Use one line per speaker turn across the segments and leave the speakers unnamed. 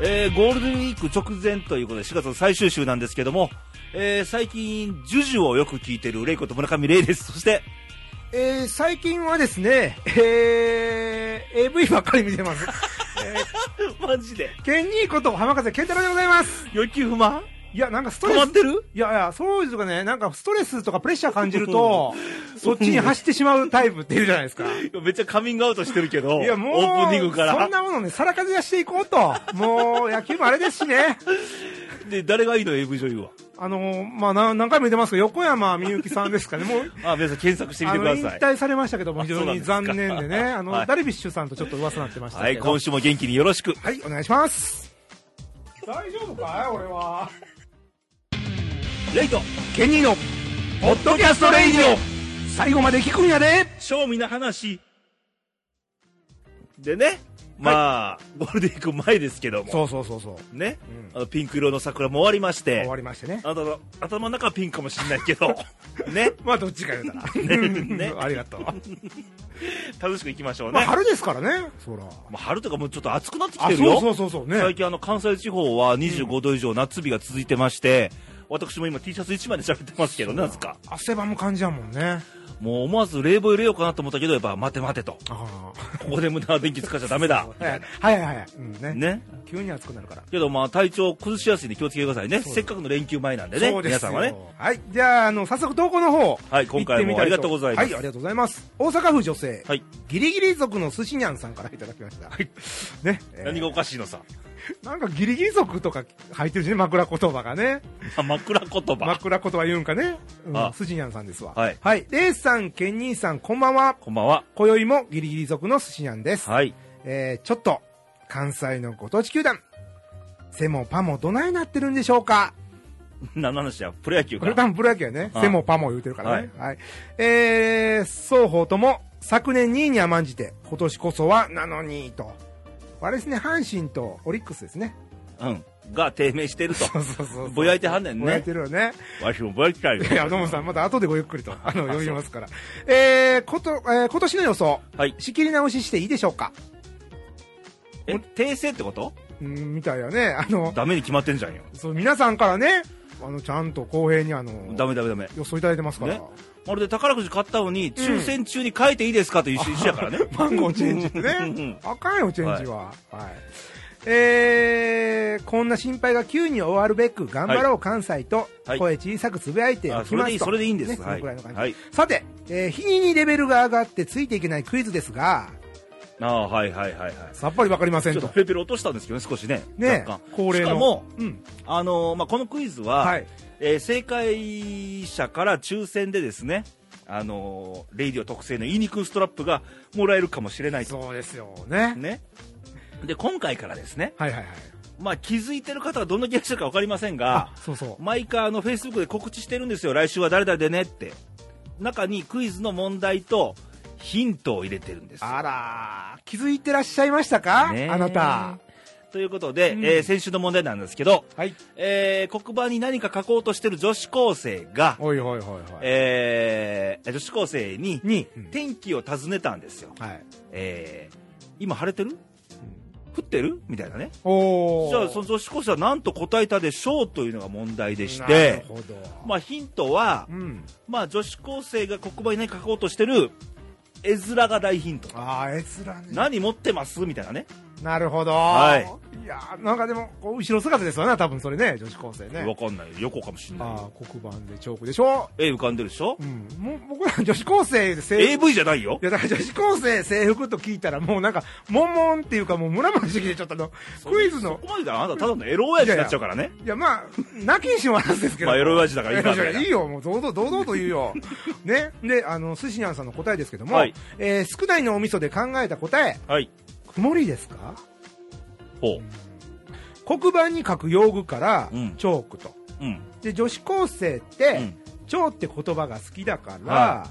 えーゴールデンウィーク直前ということで、4月の最終週なんですけども、えー最近、ジュジュをよく聞いてる、レイコと村上レイです。そして、
えー、最近はですね、えー、AV ばっかり見 てます。え
マジで、
ー、ケンニーこと浜風健太郎でございます。
欲求不満
いや、なんかスト
止
レ
ま
ス
っ、てる
いやいや、そういうとかね、なんかストレスとかプレッシャー感じると、そっちに走ってしまうタイプっているじゃないですか。い
いやめっちゃカミングアウトしてるけど、
や、もう、
オープニングから。
そんなものね、さらかじやしていこうと。もう、野球もあれですしね。
で、誰がいいの ?AV 女優は。
あのー、まあ、な何回も言ってますけど、横山みゆきさんですかね。も う、
あ、皆さん検索してみ
あ
てく
の
だ
引
さい。
退されましたけども、非常に
そうな
残
んですか
念でね、あ の、
はい
ダルビッシュさんとちょっと噂になってました
は
け
い、
ど、
今週も元気によろしく。
はい、お願いします。大丈夫かい俺は。
レイト、
ケニーの、ポッドキャストレイディオ最後まで聞くんやで
賞味な話。でね、まあ、ゴールデンウィーク前ですけども、
そうそうそうそう。
ね、あのピンク色の桜も終わりまして、
終わりましてね。
あなたの頭の中はピンかもしれないけ ど、ね、
まあ、どっちか言うたら。
ねね
ありがとう。
楽しくいきましょうね。
まあ、春ですからね。そら。
もう春とかもうちょっと暑くなってき
あ、
てる
そ
よ。
うそうそうそう。ね。
最近あの関西地方は25度以上夏日が続いてまして、私も今 T シャツ1枚で喋ってますけどね、なんすか。
汗ばむ感じやもんね。
もう思わず冷房入れようかなと思ったけど、やっぱ待て待てと。
あ
ここで無駄な電気使っちゃダメだ。
あ。はいはいはい。うんね。
ね。
急に暑くなるから。
けどまあ体調崩しやすいんで気をつけてくださいね。せっかくの連休前なんでね。
そうで
皆
すよ
さんはね。。
はい。じゃあ、あの、早速投稿の方。
はい今回も
行ってみた
ありがとうございます
はい、ありがとうございます。大阪府女性。
はい。
ギリギリ族の寿司にゃんさんからいただきました。はい。ね。えー
何がおかしいのさ。
なんかギリギリ族とか入ってるしね、枕言葉がね。
あ枕言葉。
枕言葉言うんかね。う
あ
ん。寿司にゃんさんですわ。
はい
はい。レイさん、ケンニーさん、こんばんは。
こんばんは。
今宵もギリギリ族の寿司にゃんです。
はい。
えー、ちょっと、関西のご当地球団。セもパもどないなってるんでしょうか
何の話やプロ野球
こ
か
れ多分プロ野球やね。
ああ
セもパも言うてるからね。はい。えー、双方とも昨年2位に甘んじて、今年こそはなのにと。あれですね、阪神とオリックスですね。
うん。が低迷してると。
そうそうそうそう。
ぼやいてはんねんね
ぼやいてるよね。
わしもぼやきたいよ
いや、どうもさん、また後でごゆっくりと、 あの、呼びますから。えー、こと、えー今年の予想、
はい。
仕切り直ししていいでしょうか
え、訂正ってこと
うん、みたいやね。あの、
ダメに決まってんじゃんよ。
そう、皆さんからね、あの、ちゃんと公平にあの、
ダメダメダメ。
予想いただいてますから。
ねまるで宝くじ買ったのに、抽選中に変えていいですかという一緒やから ね。
マンゴーチェンジって
うんうん
ね。あかんよ、チェンジは。はい。えー、こんな心配が急に終わるべく、頑張ろう、関西と
はい、
声小さくつぶやいてお
あ
き
それ
ま
でい
す
い、
と。
それでいいんです。
ねそのくらいの感じ。
はい。
さて、えー日にレベルが上がってついていけないクイズですが、
ああ、はいはいはいはい。
さっぱりわかりませ
ち
ん
ょっと
と。
ペロペロ落としたんですけどね、少しね。
ね
若干
恒例の
しかも、
うん。
あのーまあ、このクイズは、
はい
えー正解者から抽選でですね、あのーレイディオ特製の言いにくいストラップがもらえるかもしれないと。
そうですよね。
ね。で、今回からですね、
はいはいはい。
まあ、気づいてる方はどんな気がしてるか分かりませんが、
そうそう。
毎回あのフェイスブックで告知してるんですよ来週は誰々でねって中にクイズの問題とヒントを入れてるんです
あらー、気づいてらっしゃいましたか
ねえ
あなた。
ということで、
うん
えー先週の問題なんですけど、
はい。
えー黒板に何か書こうとしてる女子高生が、
おいおいおいおい。
えー女子高生に
に、
天気を尋ねたんですよ、
はい。
えー今晴れてる降ってるみたいなね
おー。
じゃあその女子高生は何と答えたでしょうというのが問題でし
なる
て
ほど。
まあヒントは、
うん。
まあ、女子高生が黒板に何か書こうとしてる絵面が大ヒント
ああ、閲覧ね。
何持ってますみたいなね
なるほど。
はい。
いやーなんかでも、こう後ろ姿ですよね、多分それね、女子高生
分
ね。
かんない横かもしんない
ああ、黒板でチョークでしょ
絵浮かんでるでしょ
う、ん。もう、僕ら女子高生で制服。
AV じゃないよ
いや、だから女子高生制服と聞いたら、もうなんか、もんもんっていうか、もうムラムラしてきて、ちょっとあの、クイズの
そこまでだあなたただのエロ親父になっちゃうからね
いや、まあ、なきにしもあらずですけど。
まあエロ親父だからいいな
エロ親父だからいいよ、もう堂々、堂々と言 うよ。ね。で、あの、寿司にゃんさんの答えですけども、
はい
えー少ないのお味噌で考えた答え、
はい
曇りですか
ほ
黒板に書く用具から、
うん
チョークと。
ううん
で、女子高生っ
う
て
ん、
チョーって言葉が好きだから、
は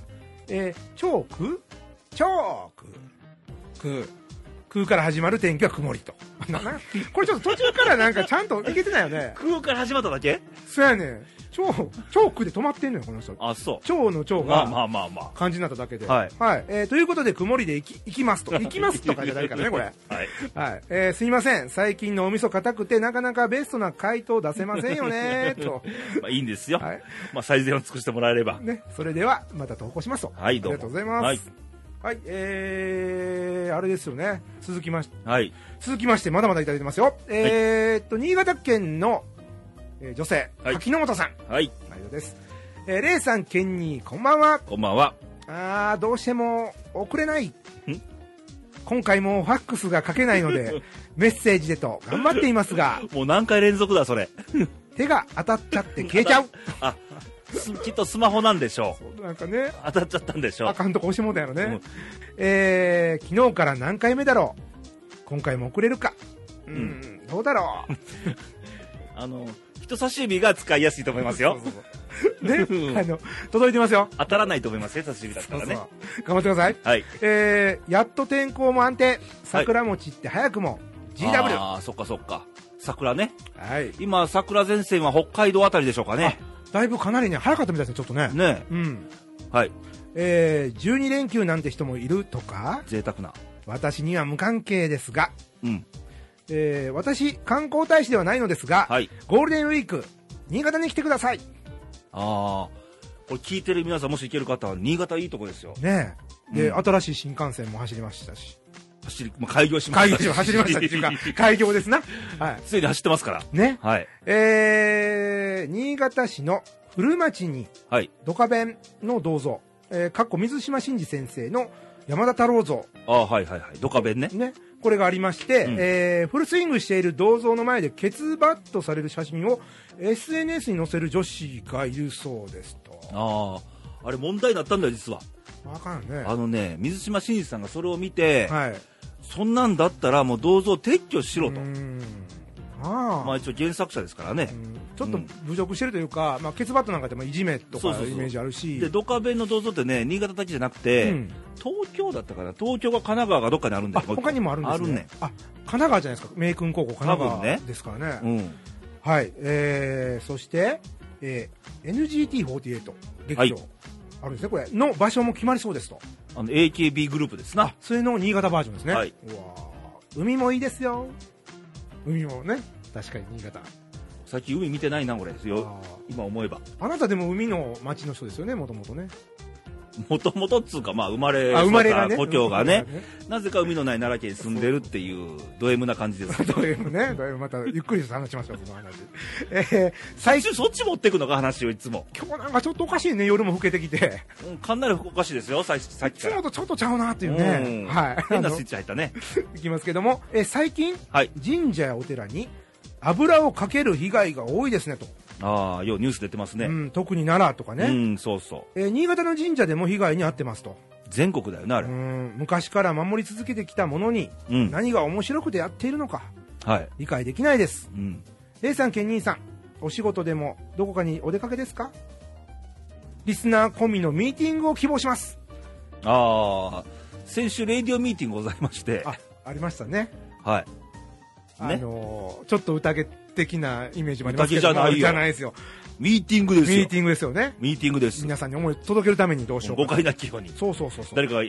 えーチョークチョーク。く。空から始まる天気は曇りと。 ななこれちょっと途中からなんかちゃんといけてないよね。
空から始まっただけ
そうやねん。超、超区で止まってんのよ、この人。
あ、そう。
超の超
まあま
が
あまあま
漢字になっただけで。
はい
えーということで、曇りで行き、行きますと。
あ。
行きますとかじゃないからね、これ。
はい。
はい。えーすいません。最近のお味噌硬くて、なかなかベストな回答出せません よね、と。
まあいいんですよ。
はい。
まあ最善を尽くしてもらえれば。
ね。それでは、また投稿しますと。
はいどうも
ありがとうございます。
は
はいい。えー、あれですよね。続きまし、
はい。
続きまして、まだまだいただいてますよ。えーっと、新潟県の、えー女性、
はい
柿本さん。
はい。
内容です。えー、レイさん、ケンニー、こんばんは。
こんばんは。
あー、どうしても、送れない。今回もファックスが書けないので、 メッセージでと頑張っていますが、
もう何回連続だ、それ。
手が当たっちゃって消えちゃう。
あ、すきっとスマホなんでしょう。
なんかね、
当たっちゃったんでしょ
あ
う。
かんとこ押してもうたやろね。
うん
えー、昨日から何回目だろう。今回も遅れるか。う、
うん
どうだろう。
あの、人差し指が使いやすいと思いますよ。
そうそうそう
うん
ね、あの、届いてますよ。
当たらないと思いますよ、人差し指だったらね。
そうそう頑張ってください。
はい。
えー、やっと天候も安定。桜餅って早くも GW。
ああ、そっかそっか。桜ね。
はい。
今、桜前線は北海道あたりでしょうかね。
だいぶかなりね、早かったみたいですね、ちょっとね。
ね
うん。
はい。
えー、12連休なんて人もいるとか、
贅沢な。
私には無関係ですが、
うん。
えー、私、観光大使ではないのですが、
はい。
ゴールデンウィーク、新潟に来てください。
ああ。これ聞いてる皆さん、もし行ける方は、新潟いいとこですよ。
ねえ。で、
うん
新しい新幹線も走りましたし。
走り、まあ、開業しま
開
した。、
業し走りましたっていうか開業ですな。は
ついに走ってますから。
い。ね。
はい。
えー、新潟市の古町に
はい。
ドカベンの銅像、えー、かっこ水島真嗣先生の山田太郎像、
ああ、はいはいはい。ドカベンね。
ね。これがありまして、
うん
えー、フルスイングしている銅像の前でケツバッとされる写真を SNS に載せる女子がいるそうですと。
ああ。あれ問題になったんだよ、実は。
あかんね。
あのね、水島新司さんがそれを見て、
はい。
そんなんだったらもう銅像撤去しろと
う。ん。ああ。
まあ一応原作者ですからね。
ちょっと侮辱してるというか、まあ、ケツバットなんかでもいじめと
そうそ
か
うそう
イメージあるし、
で、ドカベンの銅像ってね、新潟だけじゃなくて、
うん
東京だったかな東京が神奈川がどっかにあるんだ
あ
よもう一個
他にもあるんですね、
あるね
あ神奈川じゃないですか、明君高校、神奈
多分
川
ね
ですからね、
うん
はいえー、そして、えー、NGT48、劇場、
はい
あるんですね、これ、の場所も決まりそうですと、
あの AKB グループですな
それの新潟バージョンですね、
はいう
わー海もいいですよ、海もね、確かに新潟、
最近海見てないな俺ですよ
あ
今思えば
ーあなたでも海の町の人ですよね、もともとね、
もともとっつうかまあ生まれ
あ生まれが
そ
ね、
うか故郷がね
生まれ
なぜか海のない奈良県に住んでるっていうド M な感じですけど
だいぶね、だいぶまたゆっくりと話しましょう、その話。えー、最初、
そっち持ってくのか話をいつも、
今日なんかちょっとおかしいね、夜も更けてきて。
うん、かなりおかしいですよささっ
い
き
つ
から
もとちょっとちゃうなっていう
うん
ね。はい。
変な
あの
スイッチ入ったね
いきますけども、えー最近、
はい
神社やお寺に油をかける被害が多いですねと。
ああようニュース出てますね
うん、特に奈良とか
う
ね。
んそうそう
えー新潟の神社でも被害に遭ってますと。
全国だよなあ
う
れ
ん、昔から守り続けてきたものに、
うん
何が面白くてやっているのか、
はい
理解できないです。
うん
レイさん、ケンニーさん、お仕事でもどこかにお出かけですかリスナー込みのミーティングを希望します。
ああ先週レイディオミーティングございまして
あ、ありましたね。
はい
あのーちょっと宴的なイメージもありますけど。
宴じゃないよ
まあじゃないですよ。
ミーティングですよ
ミーティングですよね。
ミーティングです
皆さんに思いを届けるためにどうしよう
誤
か。
解なきように
そうそうそうそう。
誰かが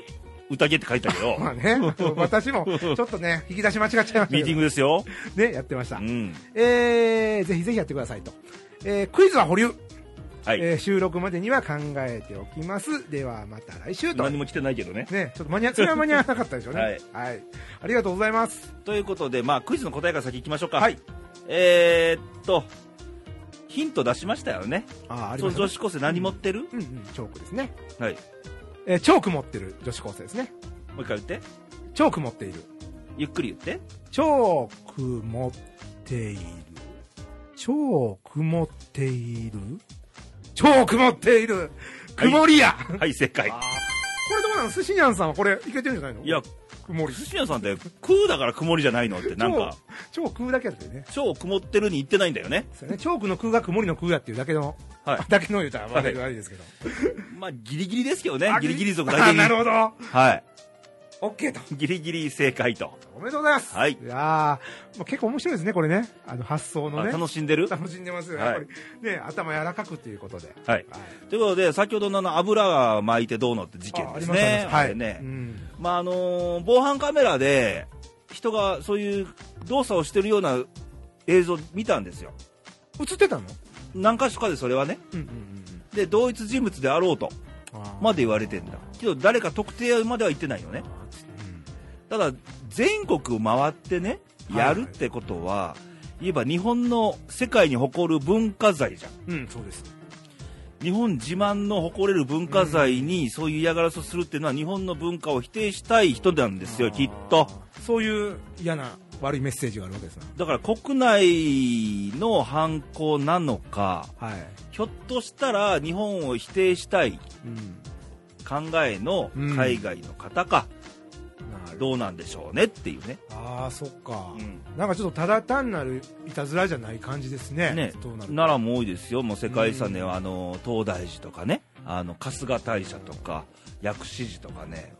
宴って書いたけど、
まあね、私もちょっとね、引き出し間違っちゃいました
ミーティン
グ
グですよ。
ね、やってました
う。ん。
えー、ぜひぜひやってくださいと。えー、クイズは保留。
はい。
えー収録までには考えておきます。では、また来週と。
何も来てないけどね。
ね、ちょっと間に合それは間に合わなかったでしょうね。
は
はいい、ありがとうございます。
ということで、まあ、クイズの答えから先行きましょうか。
はい。
えー、っと、ヒント出しましたよね。
あ、あり
そ
ま
の
す
女子高生何持ってる、
うんうん、チョークですね。
はい。
えーチョーク持ってる女子高生ですね。
もう一回言って。
チョーク持っている。
ゆっくり言って。
チョーク持っている。チョーク持っている。チョーク持っている。曇りや、
はい、正解。
これどうなの寿司にゃんさんはこれいけてるんじゃないの
いや、
曇り。
寿司屋さんって、空だから曇りじゃないのって、なんか、
チョークチョークだけだってね。
超曇ってるに言ってないんだよね。
そうね。チョークの空が曇りの空やっていうだけの、
はい
だけの言うたら、ま
は
あ、
い
あれですけど。
まあ、ギリギリですけどね
あ。
ギリギリ族だ
あ
けに。
なるほど。
はい。
OK と。
ギリギリ正解と。
おめでとうございます。
はい
いやー、もう結構面白いですね、これね。あの、発想の
あ
ね。
楽しんでる
楽しんでますよね、
はい
やっぱり。ね、頭柔らかくということで。はい。
はい。ということで、先ほどのあの油が巻いてどうのって事件
ああ
で
り
す
ました
ね。
あ
あ
り
れね
ましたはい。うん
まああのー防犯カメラで人がそういう動作をしてるような映像見たんですよ
映ってたの
何か所かでそれはね
うんうんうん
で同一人物であろうと
うん。あー
まで言われてんだけど誰か特定までは言ってないよね
う
た
ん
だ全国回ってね
はいは
や
い
るってことは、言えば日本の世界に誇る文化財じゃん
うん、そうです。
日本自慢の誇れる文化財にそういう嫌がらせをするっていうのは日本の文化を否定したい人なんですよきっと
あー。そういう嫌な悪いメッセージがあるわけですな。
だから国内の犯行なのか
はい。
ひょっとしたら日本を否定したい
うん。
考えの海外の方か、
なる
どうなんでしょうねっていうね、
ああ、そっか
う。ん
なんかちょっとただ単なるいたずらじゃない感じですね。
ね
どうなるか
奈良も多いですよもう世界遺産ではあの東大寺とかねあの春日大社とか薬師寺とかね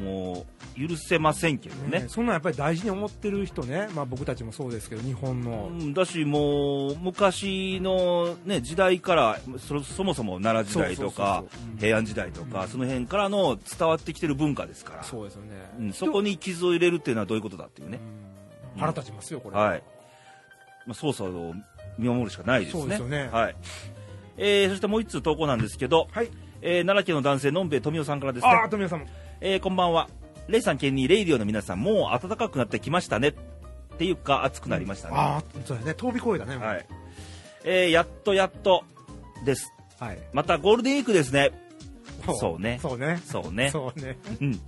もう許せませんけどね
ね、そんなんやっぱり大事に思ってる人ね、まあ、僕たちもそうですけど、日本の、
うんだしもう昔の、ね、時代からそそもそも奈良時代とか
そうそうそうそううん
平安時代とか、
うん
その辺からの伝わってきてる文化ですから
そうですよね、
うんそこに傷を入れるっていうのはどういうことだっていう
う
ね、
ん腹立ちますよ、これ、
はいまあ、捜査を見守るしかないですね
そうですよね
はいえーそしてもう一通投稿なんですけど、
はい、
えー奈良県の男性のんべえ富雄さんからですね
ああ、富山さんも、
えーこんばんはレイさん県にレイディオの皆さんもう暖かくなってきましたねっていうか暑くなりましたね、
ああ、そうだね、飛び越えだね、もう
はい。えーやっとやっとです。
はい、
またゴールデンウィークですね。そうね
そうね、
そうね。
そうね、
うん。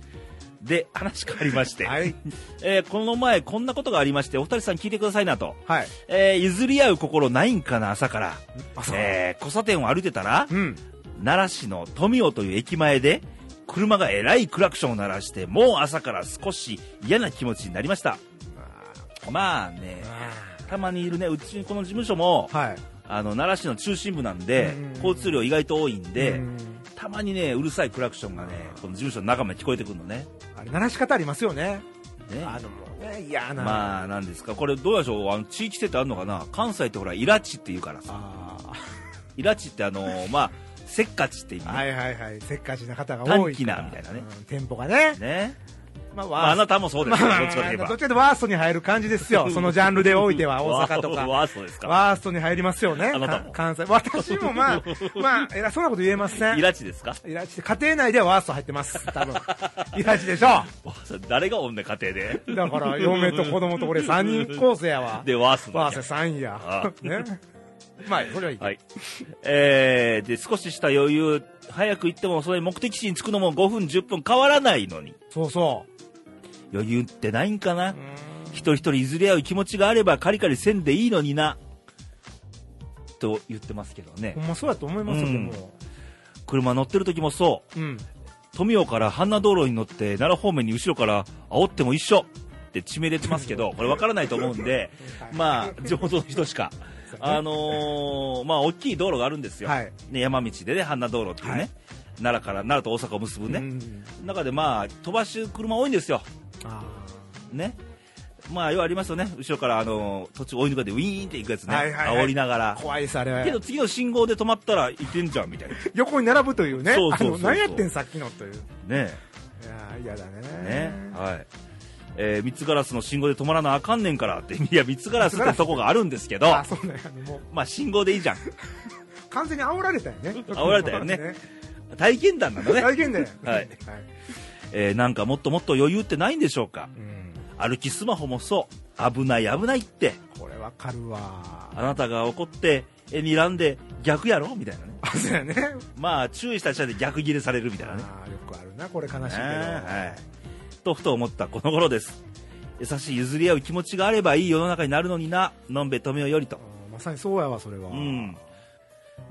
で、話変わりまして、
はい、
えーこの前こんなことがありまして、お二人さん聞いてくださいなと。
はい、
えー譲り合う心ないんかな、朝から。
あそう
えー交差点を歩いてたら、
うん、
奈良市の富雄という駅前で、車がえらいクラクションを鳴らして、もう朝から少し嫌な気持ちになりました。まあね、たまにいるね、うちこの事務所も、
はい、
あの奈良市の中心部なんで
うん
交通量意外と多いんで
うん
たまにねうるさいクラクションがねこの事務所の中まで聞こえてくるのね
あれ、鳴らし方ありますよね、
ね
あのもうね、嫌な、
まあなんですかこれどうでしょうあの地域性ってあるのかな関西ってほらイラチって言うからさ
あ
イラチってあのまあせっかちって意味
ー、
ね,、
はいはいはい、せっかちな方が多いから、
短気なみたいなね
うん、テンポがね、
ね
まあ、
まあ、あ
ワース
なたもそうですよ、
まあ、
どっちかといえば
どっちかというとワーストに入る感じです よ、そのジャンルでおいては、大阪とか。
わあそうですか
ワーストに入りますよね。
あなたも
か関西。私も まあ、まあ、偉そうなこと言えません。
イラチですか
いらち家庭内ではワースト入ってます。多分。いらちでしょ。
わあそう誰が女家庭で
だから、嫁と子供と俺3人構成やわ。
でワースト
ワ
だ
ー
け
スト3位や
あ。
ね。まあ、それはいい。
はい。えー、で、少しした余裕、早く行っても、それ目的地に着くのも5分、10分変わらないのに。
そうそ
余裕ってないんかな、
う。うーん
一人一人譲り合う気持ちがあれば、カリカリせんでいいのにな。と言ってますけどね
ほ。んまそうやと思いますよ、
う
で
ん
も。
車乗ってる時もそう。
うん。
富岡から半奈道路に乗って、奈良方面に後ろから煽っても一緒って地名出てますけ ど、これわからないと思うんで、まあ、地元の人しか。あのーまあ、大きい道路があるんですよ。
はい
ね、山道でね、半奈道路っていうね。
はい
奈良から、奈良と大阪を結ぶ
う
ね。
ん。
中でまあ飛ばし車多いんですよ、
あ
ねまあ、ようありますよね、後ろからあの途中追い抜かれてウィーンっていくやつね、
はいはいは
煽
い
りなが
ー
ら、
怖いです、あれは
け。ど次の信号で止まったらいけんじゃんみたいな、ね
横に並ぶというね。
そうそう
あ
そうそう
の、何やってん、さっきのという。
え
いやー嫌だね
ねはいえー三つガラスの信号で止まらなあかんねんからって、いや、三つガラスってとこがあるんですけど、
あそうなんやねもう
まあ信号でいいじゃん、
完全に煽られたよね
煽られたよね体験談なのね、
大変だよ
はい
はい
えーなんかもっともっと余裕ってないんでしょうか、
うん
歩きスマホもそう、危ない、危ないって、
これわかるわ
あなたが怒って、え睨んで、逆やろみたいなね。
あそうやね
まあ注意した下で逆ギレされるみたいなね
あーよくあるなこれ悲しいけど
ねはいとふと思ったこの頃です優しい譲り合う気持ちがあればいい世の中になるのになのんべとみおよりと
あーまさにそうやわそれは
うん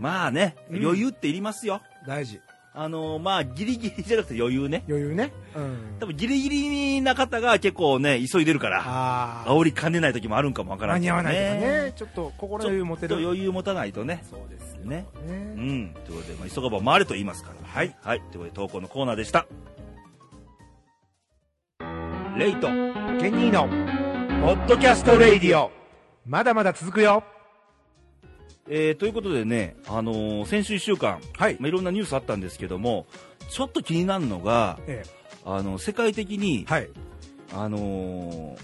まあね
うん
余裕っていりますよ、
大事
あのーまあギリギリじゃなくて余裕ね
余裕ねうん
多分ギリギリな方が結構ね急いでるから
あー
煽りかねない時もあるんかもわから
間
んけ
に合
ど
わないとかねちょっと心の余裕持て
ちょっと
る
余裕持たないとね
そうですよ
ねう
ね
んということで、まあ、急がば回れと言いますからはい、はい、ということで投稿のコーナーでしたレイト、
ケニーの、
ポッドキャスト
トレ
レ
イ
イ
デ
デ
ィ
ィ
オ
オ。。
まだまだ続くよ。
えーということでね、あのー先週1週間、
はい。
まあ、いろんなニュースあったんですけども、ちょっと気になるのが、
え
あの、世界的に、
えはい。
あのー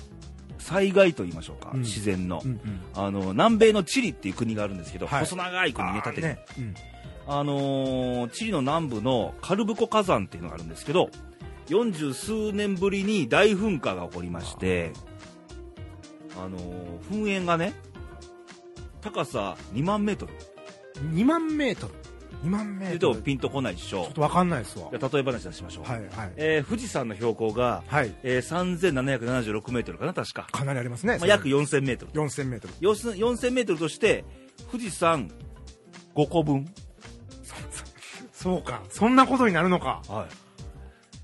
災害と言いましょうか、
うん
自然の。
ん。
あの南米のチリっていう国があるんですけど、
はい
細長い国ね、縦に
ね。うん。
あのーチリの南部のカルブコ火山っていうのがあるんですけど、40数年ぶりに大噴火が起こりまして、あのー噴煙がね、高さ2万メートルって
2万メートル。2万メ
言
ー
うと
トル。ち
ピンとこないでしょ
ょっ。とわかんないですわ。
じゃあ例え話出しましょう。
はい、はい。
えー富士山の標高が、
はい。
えー3776メートルかな、確か。
かなりありますね。
まあ、約4000メートル。
4000メートル。
要するに4000メートルとして、富士山5個分。
そそうか。そんなことになるのか。
はい。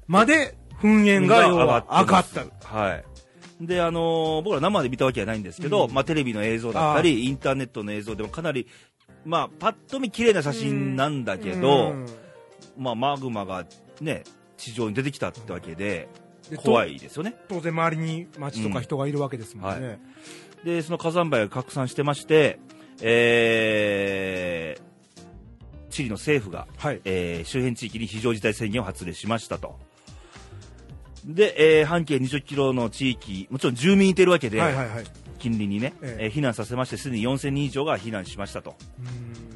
まで、噴煙が要は上がった。
はい。で、あのー僕ら生で見たわけじゃないんですけど、
うん
まあ、テレビの映像だったり、インターネットの映像でもかなり、まあ、パッと見綺麗な写真なんだけど、
うん
まあ、マグマがね、地上に出てきたってわけで、
でと
怖いですよね。
当然周りに街とか人がいるわけですも
う
ん
んは
ね。
で、その火山灰が拡散してまして、えー、チリの政府が、
はい。
えー周辺地域に非常事態宣言を発令しましたと。で、えー半径20キロの地域、もちろん住民いてるわけで、
はいはいはい。
近隣にね、
え
え
え
ー避難させまして、すでに4000人以上が避難しましたと。
うん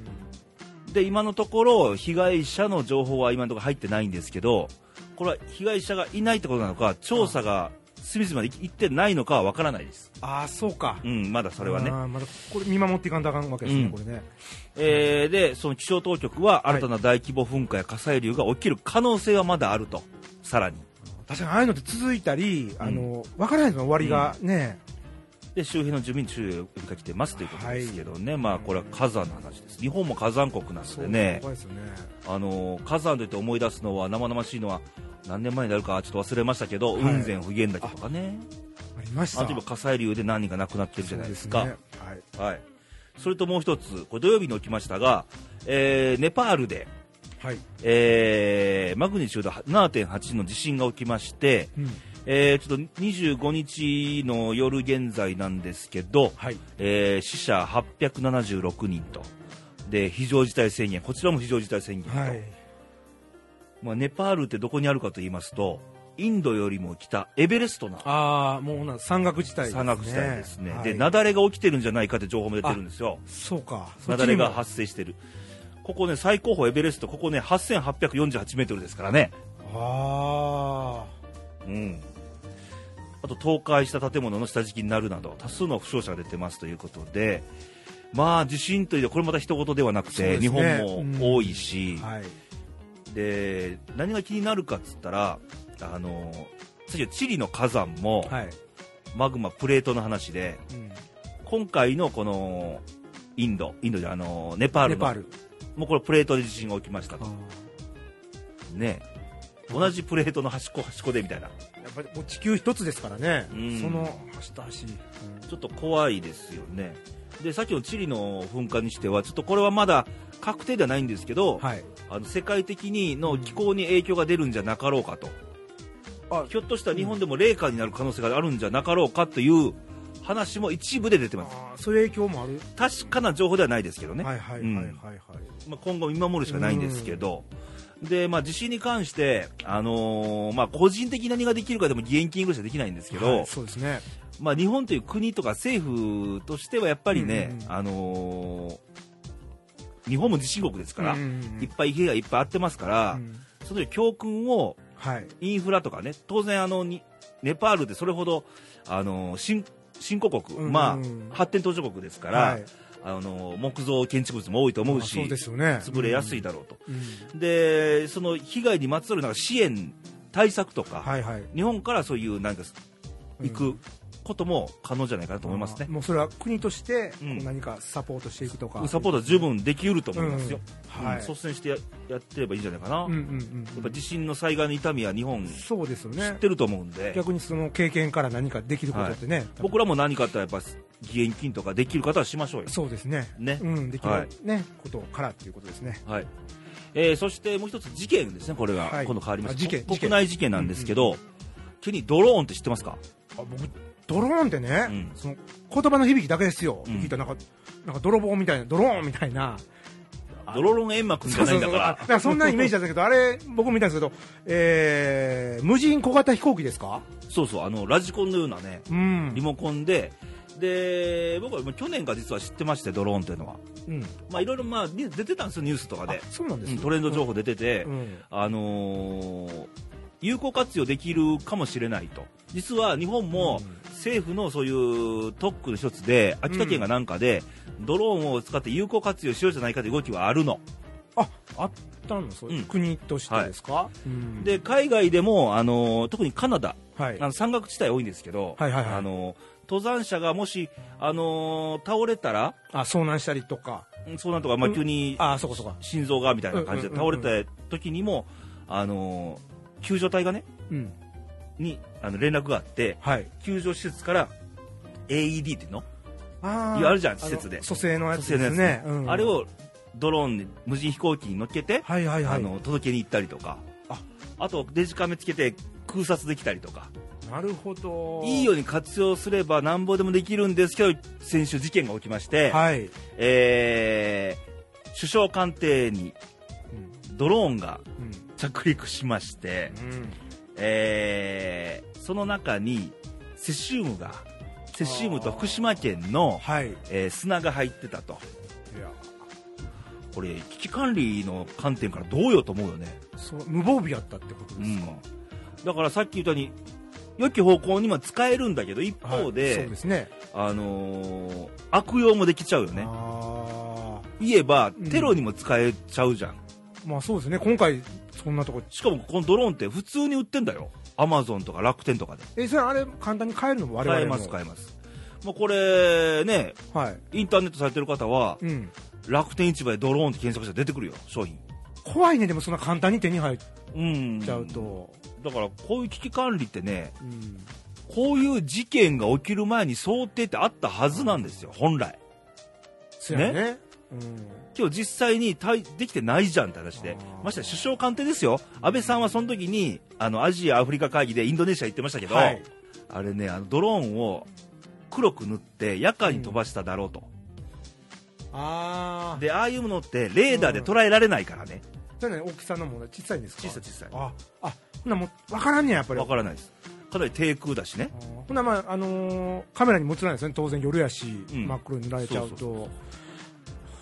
で、今のところ、被害者の情報は今のところ入ってないんですけど、これは被害者がいないってことなのか、調査が隅々まで行ってないのかはわからないです。
ああ、そうか。
うん、まだそれはね
あ。ーまだこれ見守っていかんとあかんわけですね、
うん
これね。
えーで、その気象当局は新たな大規模噴火や火砕流が起きる可能性はまだあると。さらに。
確かにああいうのって続いたり、あの、わからないの終わりがね。
で、周辺の住民に注意を呼びかけてますということですけどね。まあ、これは火山の話です。日本も火山国なの
そう
でね。
怖いですよね。
あの火山といって思い出すのは生々しいのは何年前になるかちょっと忘れましたけど、
い
雲仙普賢岳とかね
ありまし
あ
た。
と今火砕流で何人か亡くなってるじゃないですか
そうですね。はい。
はい、それともう一つこれ土曜日に起きましたが、えーネパールで、
はい。
えーマグニチュード7.8の地震が起きまして、
うん。
えーちょっと25日の夜現在なんですけど、
はい。
えー死者876人とで非常事態宣言こちらも非常事態宣言と。
はい。
まあ、ネパールってどこにあるかと言いますと、インドよりも北、エベレストな
ああ、もうな、山岳地帯ですね。
山岳地帯ですね。
はい
で、雪崩が起きてるんじゃないかって情報も出てるんですよ。
そうか。そ
雪
っちに
崩
も
が発生してる。ここね、最高峰エベレスト、ここね、8848メートルですからね。
あ
うん。あと、倒壊した建物の下敷きになるなど、多数の負傷者が出てますということで、まあ、地震というのはこれまた一言ではなく
そうで
て、
すね
日本も多いし、
あ。はい。
で、何が気になるかっつったら、あの、次はチリの火山も、
はい。
マグマプレートの話で
うん
今回のこのインドインドじゃあのネパール
ネ
の
パール。
もうこれプレートで地震が起きました
あ
と
ー
ね同じプレートの端っこ端っこでみたいな
やっぱりもう地球一つですからね、
うん
その端と端、
ちょっと怖いですよねでさっきのチリの噴火にしてはちょっとこれはまだ確定ではないんですけど、
はい、
あの世界的にの気候に影響が出るんじゃなかろうかと、
あ
ひょっとしたら日本でも冷夏になる可能性があるんじゃなかろうかという話も一部で出てます
あーそういう影響もある、
確かな情報ではないですけどね、
はいはいはいはいはい、
まあ、今後見守るしかないんですけど、でまあ、地震に関して、あのーまあ、個人的に何ができるかでも義援金ぐらいしかできないんですけど、
はいそうですね
まあ、日本という国とか政府としてはやっぱりね、
うん
あのー日本も地震国ですから、
うんうんうん
いっぱい被害がいっぱいあってますか
う
ら、
ん
その教訓を
はい
インフラとかね当然あのにネパールってそれほど、あのー新新興国、
うんうん
まあ、発展途上国ですから、
はい
あのー木造建築物も多いと思うし、
まあそうですよね
潰れやすい、だろうと、
うんうん
でその被害にまつわるなんか支援対策とか、
はいはい
日本からそういうなんか
うん
行くことも可能じゃないかなと思いますね
あー、もうそれは国としてこ
うん
う何かサポートしていくとか、
サポートは十分できうると思いますよ、
うんはい
うん率先してややってればいいんじゃないかな、
うんう
や
んうん
っぱ地震の災害の痛みは日本知
そうですよね
ってると思うんで、
逆にその経験から何かできることってね、
僕らも何かあったらやっぱ義援金とかできる方はしましょうよ、
そうですね
ね
うん、できる、
はい
ねことからっていうことですね
はいえーそしてもう一つ事件ですね、これが、
はい
今度変わりま
あ
す
事件
こ
事
国
件
内事件なんですけど、ケニー、ドローンって知ってますか
あ僕ドローンってね、
うん
その言葉の響きだけですよ、
うん
聞いたなんかなんか泥棒みたいなドローンみたいな
ドローン円幕じゃないんだか
あ
ら
だ。からそんなイメージだったけどあれ僕見たんですけど、えー、無人小型飛行機ですか
そうそう、あの、ラジコンのようなね、
うん
リモコンで、で、僕はもう去年から実は知ってまして、ドローンというのは。
うん
まあ、いろいろ、まあ、ニュース出てたんですよ、ニュースとか
あ
で。
そうなんで
う
す、
んトレンド情報出てて、
うん
あのー有効活用できるかもしれないと。実は日本も政府のそういう特区の一つで、秋田県がなんかで、ドローンを使って有効活用しようじゃないかという動きはあるの。
ああったのそう、
うん
国としてですか、うん
で、海外でも、あのー特にカナダ、
はい
あの山岳地帯多いんですけど、
はいはいはい
あの登山者がもし、あのー倒れたら、
あ遭難したりとか
うんそうなんとか、まあ、
うん
急に
あそうかそうか
心臓がみたいな感じで
うんうんう
倒
んう
れ
ん
た時にも、あのー救助隊がね
うん
にあの連絡があって
はい
救助施設から AED っていうの
あ
いやあるじゃん施設で
蘇生のやつ
蘇生
で
の
す
や
ね
つね
うん
あれをドローンに無人飛行機に乗っけて、
はいはいはい
あの届けに行ったりとか
あ
あとデジカメつけて空撮できたりとか
なるほど
いいように活用すればなんぼでもできるんですけど先週事件が起きまして、
はい、
えー首相官邸に
うん
ドローンが
うん
着陸しまして、えーその中にセシウムがセシウムと福島県の、
はいい
えー砂が入ってたと
や
これ危機管理の観点からどうよと思うよね、
そう無防備やったってこと
う
です
ん
か、、
だからさっき言ったように良き方向には使えるんだけど一
はい
方で,、
そうですね
あのー悪用もできちゃうよね
あ
言えば
うん
テロにも使えちゃうじゃん、
ーまあそうですね今回そんなとこ
しかもこのドローンって普通に売ってんだよアマゾンとか楽天とかで
えそれあれ簡単に買えるのも我々
買え
も
ます買えますもうこれね
はい
インターネットされてる方は
うん、
楽天市場でドローンって検索したら出てくるよ商品
怖いねでもそんな簡単に手に入っ
うん
ちゃうと、
だからこういう危機管理ってね
うん
こういう事件が起きる前に想定ってあったはずなんですよ本来
そうやねうん、
今日実際に対できてないじゃんって話で
あー
ましてや首相官邸ですよ安倍さんはその時にあのアジアアフリカ会議でインドネシア行ってましたけど、
はい
あれねあのドローンを黒く塗って夜間に飛ばしただろうと、
ああ
でああいうものってレーダーで捉えられないからね、
それね大きさのもの小さいんですか
小さい小さい
ああほなもうわからんねややっぱり
わからないですかなり低空だしね
あーほなまああのーカメラにも映らないですね当然夜やし、
うん
真っ黒に塗られちゃうと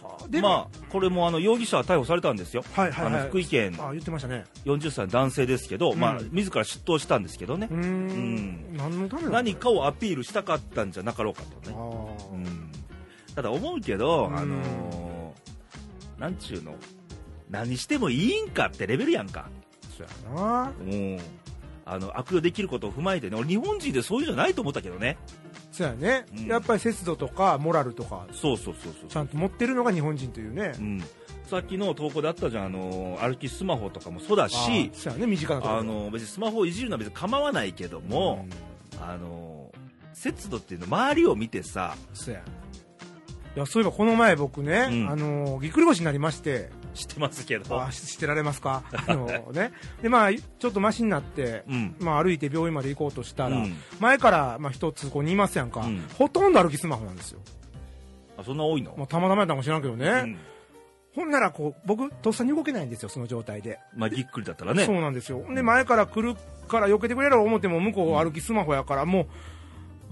そ
はあでも、
まあこれもあの容疑者は逮捕されたんですよ
はいはいはい
あの福井県
あー言ってましたね
40歳の男性ですけど、まあ
うん
自ら出頭したんですけどね
うー、ん
うん
ん何のためなの
何かをアピールしたかったんじゃなかろうかと
あ
ね、
ー
うんただ思うけど、
うん
あのーなんちゅうの何してもいいんかってレベルやんか、
そうやな
うん、あの悪用できることを踏まえてね俺日本人でそういうんじゃないと思ったけどね
そうやね、
うん
やっぱり節度とかモラルとか
そうそうそうそう
ちゃんと持ってるのが日本人というね、
うん、さっきの投稿であったじゃん、あのー歩きスマホとかもそうだし
あーそうやね身近なところ
あのー別にスマホをいじるのは別に構わないけども、あのー節度っていうの周りを見てさ、
そうやいやそういえばこの前僕ね、
うん
あのーぎっくり腰になりまして
知ってますけど
あーししてられますかあのーねでまあちょっとマシになって、
うん
まあ、歩いて病院まで行こうとしたら、
うん
前から、まあ、一つこうにいますやんか、
うん
ほとんど歩きスマホなんですよ
あそんな多いの、
もうたまたまやったかもしれんけどね、
うん
ほんならこう僕とっさに動けないんですよその状態で
まあ、ぎっくりだったらね
そうなんですよ。で、前から来るから避けてくれろ思っても、向こう歩きスマホやから、もう、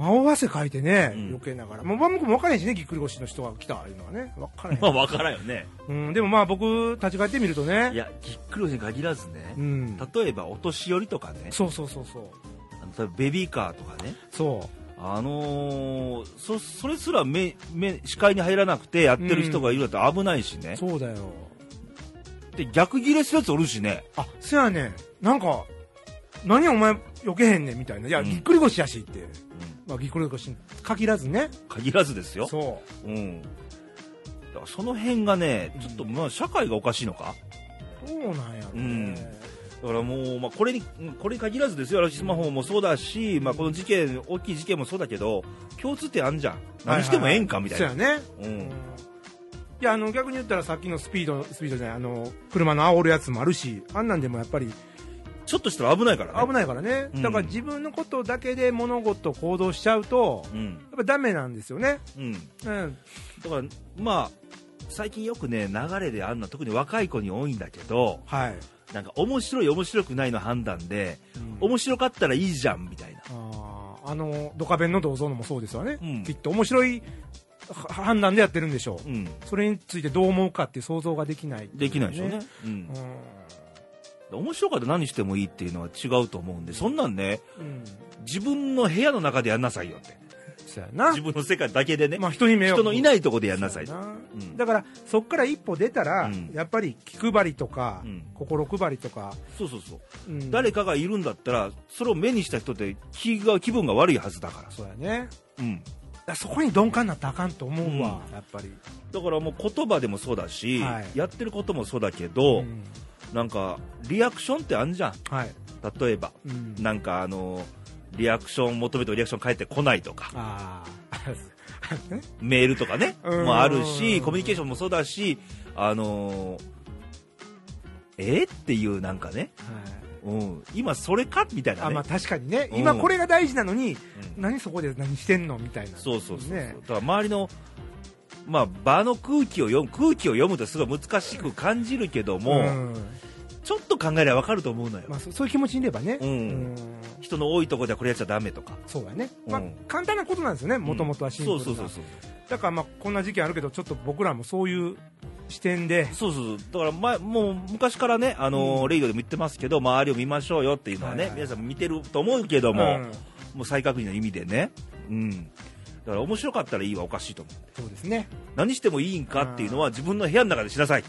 青汗かいてね、
うん
避けながら。もう、まあ向こうも分からへんしね、ぎっくり腰の人が来た、いうのはね。分からへん。
まあ分からんよね
うん、でもまあ僕、立ち返ってみると
い
ね。
やぎっくり腰に限らずね、
うん。
例えばお年寄りとかね
そうそうそうそう。
あの例えばベビーカーとかね
そ
あのーそそれすら目目視界に入らなくてやってる人がいるだと危ないしね
う。、そうだよ。
で逆ギレするやつおるしね
あ、そやねん。なんか、何お前、避けへんねん、みたいな。いや、
うん
ぎっくり腰やしって。
うん
まあ、ぎっくり腰に限らずね。
限らずですよ、
そう
ん、だからその辺がねちょっとまあ社会がおかしいのか
う。どうなんやろ
うん
ね。
だからもう、まあ、これにうんこれに限らずですよ、私スマホもそうだし、まあ、この事件、大きい事件もそうだけど、共通点あんじゃん、何してもええんかみたいな、
そうやね。
うん
いやあの逆に言ったらさっきのスピードスピードじゃないあの車の煽るやつもあるしあんなんでもやっぱり
ちょっとしたら危ないからね。
危ないからね、
うん
だから自分のことだけで物事行動しちゃうと、
うん。
やっぱダメなんですよね。
うん。
うん。
だから、まあ、最近よくね、流れであんな、特に若い子に多いんだけど、
はい。
なんか面白い面白くないの判断で、
うん
面白かったらいいじゃんみたいな。
あーあの、ドカベンの銅像のもそうですよね。
うん
きっと面白いは判断でやってるんでしょう。
うん。
それについてどう思うかっていう想像ができない、
できないでしょうね。。うん。面白かったら何してもいいっていうのは違うと思うんで、そんなんね、
うん。うん。
自分の部屋の中でやんなさいよって。
そうやな
自。分の世界だけでね。
まあ人に迷惑
人のいないとこでやんなさい
そう
と。
やな
うん
だから、そこから一歩出たら、
うん
やっぱり気配りとか、
うん
心配りとか、
そうそうそう。
うん
誰かがいるんだったら、それを目にした人って気が、気分が悪いはずだから。
そうやね。
うん。
だからそこに鈍感になったらあかんと思うわ、やっぱり。
だからもう言葉でもそうだし、
はい
やってることもそうだけど、
うん
なんか、リアクションってあんじゃん。
はい。
例えば、
うん
なんかあの、リアクション求めてもリアクション返ってこないとか、
ああ。 ね
メールとかね、
うん
もあるし、コミュニケーションもそうだし、あのーえっていうなんかね、
はい
うん、今それかみたいな
あ
ね。
まあ確かにね、
うん
今これが大事なのに、
うん
何そこで何してんのみたいな、
そうそうそうそう、
ね
だから周りの、まあ、場の空気を読む空気を読むとすごい難しく感じるけども、
ん
ちょっと考えればわかると思うのよ、
まあ、そそういう気持ちにいればね、
うん人の多いところではこれやっちゃダメとか
そうだね、まあ
うん、
簡単なことなんですよね、もともとはシンプルな、
そうそうそうそう
だからまあこんな事件あるけど、ちょっと僕らもそういう視点で、
そうそうそうだから前もう昔からね、あのー
うん
レイドでも言ってますけど周りを見ましょうよっていうのはね、
はいはい
皆さん見てると思うけども、
うん
もう再確認の意味でね、うん、だから面白かったらいいはおかしいと思う
そうですね、
何してもいいんかっていうのは自分の部屋の中でしなさい、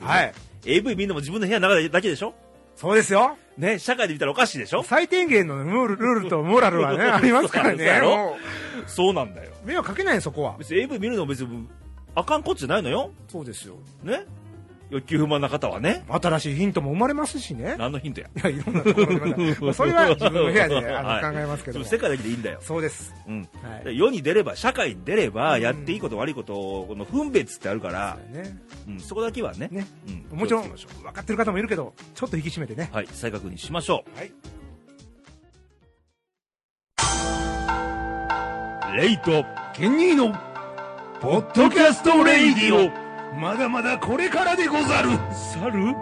はい、
AV 見るのも自分の部屋の中だけでしょ
そうですよ、
ね、社会で見たらおかしいでしょ
最低限のルールルールとモラル はね、ありますから
そうや
ね、
ろ
も
そうなんだよ。
う迷惑かけないよそこは、
別に AV 見るのも別にあかんこっちゃないのよ。
そうですよ、
ね欲求不満な方はね。
新しいヒントも生まれますしね。
何のヒントや。
いや、いろんなところで、まあそれは自分の部屋であの考えますけ
で
ど
も
も、
世界だけでいいんだよ。
そうです、
うん。
はい
で世に出れば、社会に出れば、
うん
やっていいこと悪いことを、この分別ってあるから、
ね
うん、そこだけはね。
ね
うん、
もちろん
気を
分
つけましょ
かってる方もいるけど、ちょっと引き締めてね
う、はい、再確認しましょ
はい、
う。レイト、
ケニーの
ポッドキャストレイディオ、
まだまだこれからでござる、
猿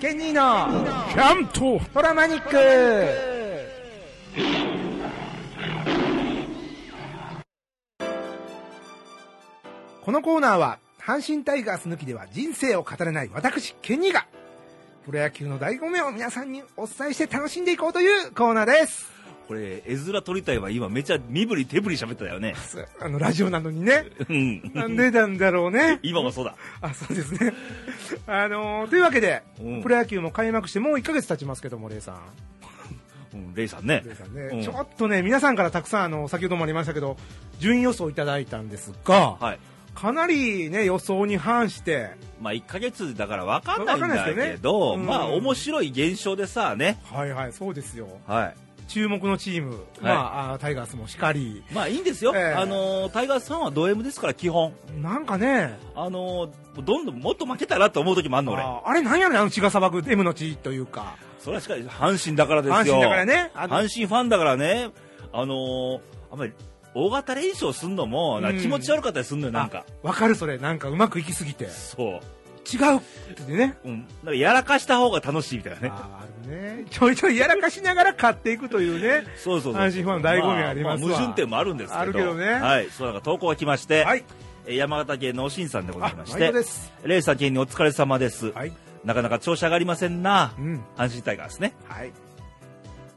ケニーの
キャント
トラマニック。このコーナーは阪神タイガース抜きでは人生を語れない私ケニーがプロ野球の醍醐味を皆さんにお伝えして楽しんでいこうというコーナーです。
これ、絵面取りたいは今めちゃ身振り手振り喋ってたよ ね。
あの、ラジオなのにね。
うん。
なんでなんだろうね。
今もそうだ。
あ、そうですね。 あのーというわけで、
うん
プロ野球も開幕してもう1ヶ月経ちますけども、レイさん。
うん、レイさんね。
レイさんね、
うん
ちょっとね、皆さんからたくさん、あの、先ほどもありましたけど、順位予想いただいたんですが、
はい。
かなりね、予想に反して、
まあ1ヶ月だから分かんないんだ
分かんな
け
いですよ
ど、
ねうん
まあ面白い現象でさね、
はいはい、そうですよ。
は
注目のチーム、まあ、あタイガースもしかり、
い、まあいいんですよ、
ええ
あのータイガースさんはド M ですから基本、
なんかね、
あのーどんどんもっと負けたらと思う時もあんの俺
ああれなんやねん、あの血が砂漠、M の血というか、
それはしかり阪神だからですよ
阪神だからね、あの
阪神ファンだからねあのーあんまり大型連勝すんのもなんか気持ち悪かったりすんのよなんか、
わかるそれ、なんかうまくいきすぎて、違
そう
ってね。
う、うん、なんかやらかした方が楽しいみたいなね
あーあるね。ちょいちょいやらかしながら買っていくというね。
そうそうそう
阪神ファンの醍醐味ありますわ
ああ矛盾点もあるんですけど
あるけどね
はいそうなんか投稿が来まして、
はい。
えー山形県のおしんさんでございまし
あ毎
て
度です
レイさん県にお疲れ様です、
はい。
なかなか調子上がりませんな
うん。
阪神タイガースね
はい。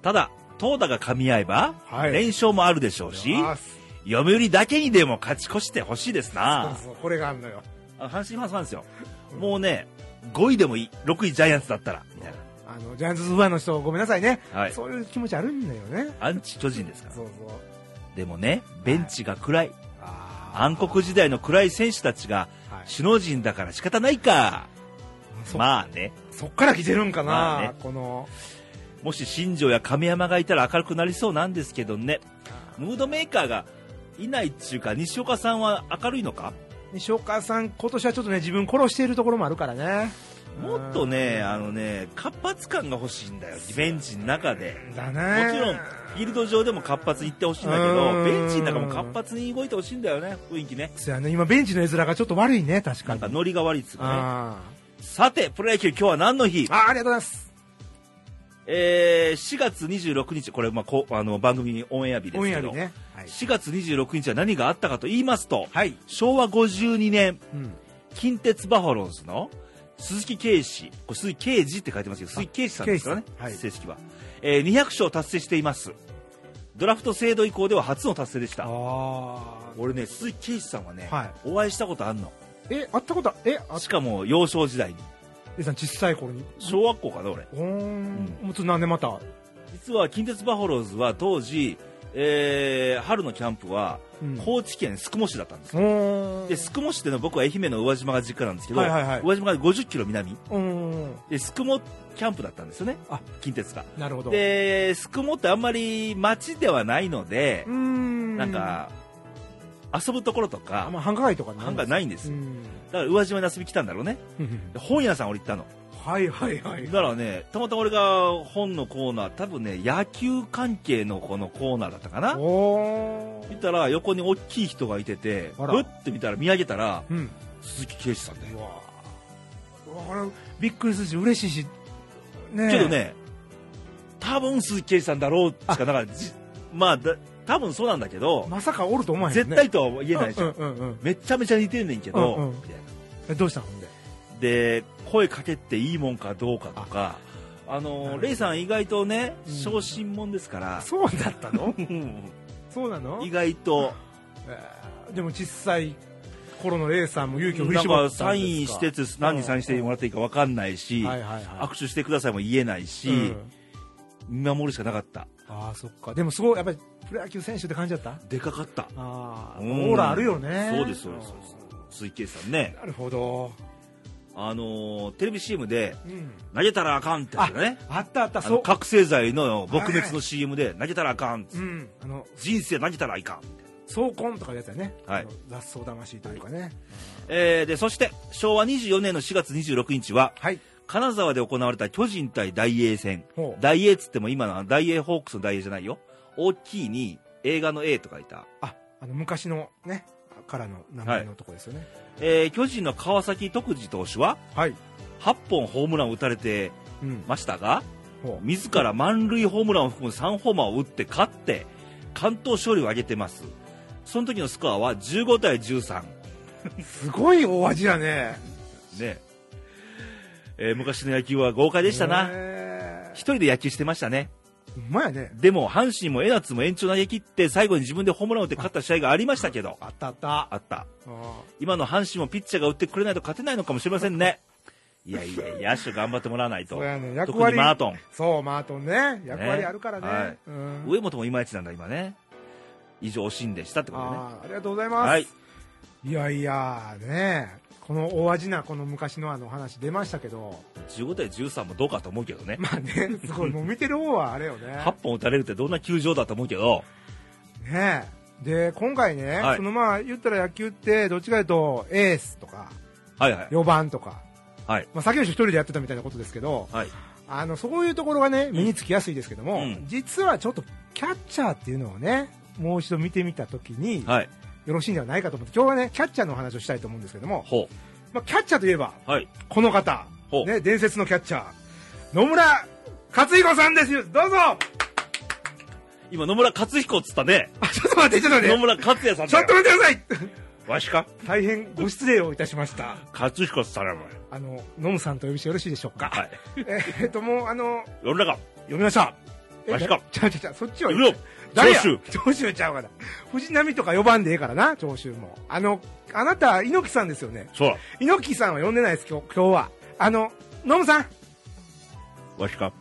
ただ投打が噛み合えば、
はい
連勝もあるでしょうし
あ
読売だけにでも勝ち越してほしいです
そう
な
そう、これがあるのよ。
あ阪神ファンさんですよもうね5位でもいい6位ジャイアンツだったらみたいな
あの、ジャイアンツファンの人、ごめんなさいね。
はい
そういう気持ちあるんだよね。
アンチ巨人ですから
そうそう。
でもねベンチが暗い
あ
暗黒時代の暗い選手たちが
あ。はい。
首脳陣だから仕方ないか
そ、
まあね
そっから来てるんかな、
まあね
この。
もし新庄や亀山がいたら明るくなりそうなんですけどねムードメーカーがいないっちゅうか西岡さんは明るいのか
西岡さん、今年はちょっとね、自分殺しているところもあるからね。
もっとね、あのね、活発感が欲しいんだよ、ベンチの中で。
だ
も
ね。
ちろん、フィールド上でも活発に行ってほしいんだけ
う
ど、
ん
ベンチの中も活発に動いてほしいんだよね、雰囲気ね。
そうやね。今、ベンチの絵面がちょっと悪いね、確か
なん
に。
かノリが悪いっつうかね。
あ
さて、プロ野球今日は何の日
ーあー、ありがとうございます。
えー、4月26日、これ、まあ、こうあの番組オンエア日で
オ
す
ンエ
け
ア
ど、
日ね。はい。
4月26日は何があったかと言いますと、
はい。
昭和52年、
うん。
近鉄バファローズの鈴木啓司、これ鈴木啓司って書いてますけど、鈴木啓司さんですからね
啓司、さんはい
正式は、えー200勝達成しています。ドラフト制度以降では初の達成でし
あ
た。
あ。
俺ね、鈴木啓司さんはね、
は
お会いしたことあんの。
え、会ったことは、え、あ
しかも幼少時代に。
えさん、小さい頃に。
小学校かな、俺。
ほーん。もうちょっとなんでまた。
実は近鉄バファローズは当時、えー春のキャンプは
うん
高知県宿毛市だったんですよ。
ほーん。
で、宿毛市っていうのは僕は愛媛の宇和島が実家なんですけど、
はいはいはい
宇和島が50キロ南。
うーん。
で、宿毛キャンプだったんですよね。
あ
近鉄が。
なるほど。
で、スクモってあんまり街ではないので
うー、ん。
なん、か、遊ぶところと
あんま
か、
繁華街とかね
なんかないんで
う
すよ。
ん。
だ から宇和島に遊び来たんだろうね。で本屋さん俺行ったの。
はいはいはい。
だからね、たまたま俺が本のコーナー、多分ね、野球関係のこのコーナーだったかな。
お
見
ー。
たら横に大きい人がいてて、
あら
ぶって見たら見上げたら、
うん。
鈴木啓司さんだよ。
うわうわこれびっくりするし嬉しいしねえ
けどね、多分鈴木啓司さんだろうしか、なんかじ、まあ、だ多分そうなんだけど、
まさかおると思わへんよ
絶
ね
対とは言えないじゃん。
うんうんうん
めちゃめちゃ似てんねんけど、
うんうん
みたいな
えどうしたのほんで
で声かけていいもんかどうかとかあ
なるほ
の
ど
レイさん意外とね
うん
小心者ですから、
そうだったのそうなの
意外と
えーでも小さい頃のレイさんも勇気を振り
なん
絞ったん
か
ですか
サインしてって何にサインしてもらっていいか分かんないし、
はいはいはい
握手してくださいも言えないし、
うん
見守るしかなかった
ああそっかでもすごいやっぱりプロ野球選手って感じだった
でかかった
ああオ
うん
ーラあるよね
そうですそうですそうです鈴木圭司さんね
なるほど
あのテレビ CM で
うん
投げたらあかんってやつね
あったあった
あ
そ
の
う
覚醒剤の撲滅の CM で投げたらあかんっつって
うんあの
人生投げたらいかん
総コンとかいうやつやね
はい
あの雑草魂というかね
えーでそして昭和24年の4月26日は
はい
金沢で行われた巨人対大英戦
ほう
大英っつっても今のあの大英ホークスの大英じゃないよ大きいに映画の A と書いた、
ああの昔のねからの名前のとこですよね
えー巨人の川崎徳次投手は
はい、
8本ホームランを打たれて
うん
ましたが
ほう
自ら満塁ホームランを含む3ホーマーを打って勝って関東勝利を挙げてますその時のスコアは15対13
すごい大味やね
ねえー昔の野球は豪快でしたな
へー
一人で野球してましたね
ほんまやね
でも、阪神も江夏も延長投げ切って、最後に自分でホームランを打って勝った試合がありましたけど、
あったあった
あった。
あ
今の阪神もピッチャーが打ってくれないと勝てないのかもしれませんね。いやいや、野手頑張ってもらわないと。
そうやね役
特
割
にマートン。
そうマートンね役割あるからね
はい
うん
上本もいまいちなんだ、今ね。以上、シーンでしたってことでね。
あーありがとうございます、
はい
い、。やいやねこの大味なこの昔のあの話出ましたけど
15対13もどうかと思うけどね。
まあねすごいもう見てる方はあれ よね
8本打たれるってどんな球場だと思うけど、
ねえで今回ね、
はい
そのまあ言ったら野球ってどっちかというとエースとか
はいはい。
4番とか、
はい。
まあ、先の人一人でやってたみたいなことですけど
はい。
あのそういうところがね目につきやすいですけども、
うん
実はちょっとキャッチャーっていうのをねもう一度見てみたときに、
はい。
よろしいんではないかと思って今日はねキャッチャーのお話をしたいと思うんですけども、
ほ
まあ、キャッチャーといえば
う。はい。
この方、
ほう
ね、伝説のキャッチャー野村克彦さんですよどうぞ
今、野村克彦っつったね。
あちょっと待ってちょっと待
野
って
村克也さん
ちょ
だ
っと
よ。
待ってください
わしか
大変ご失礼をいたしました
克彦っつったね、お前。
あのノムさんとお呼びしてよろしいでしょう か
はい。
えっともうあの
世の中、
読みました
わしか
ちゃうちゃうちゃうそっちは
行くぞ
誰や
長州
長州ちゃうから藤波とか呼ばんでええからな長州もあのあなた猪木さんですよね
そうだ。
猪木さんは呼んでないです今日今日はあのノムさん
わしか、
あ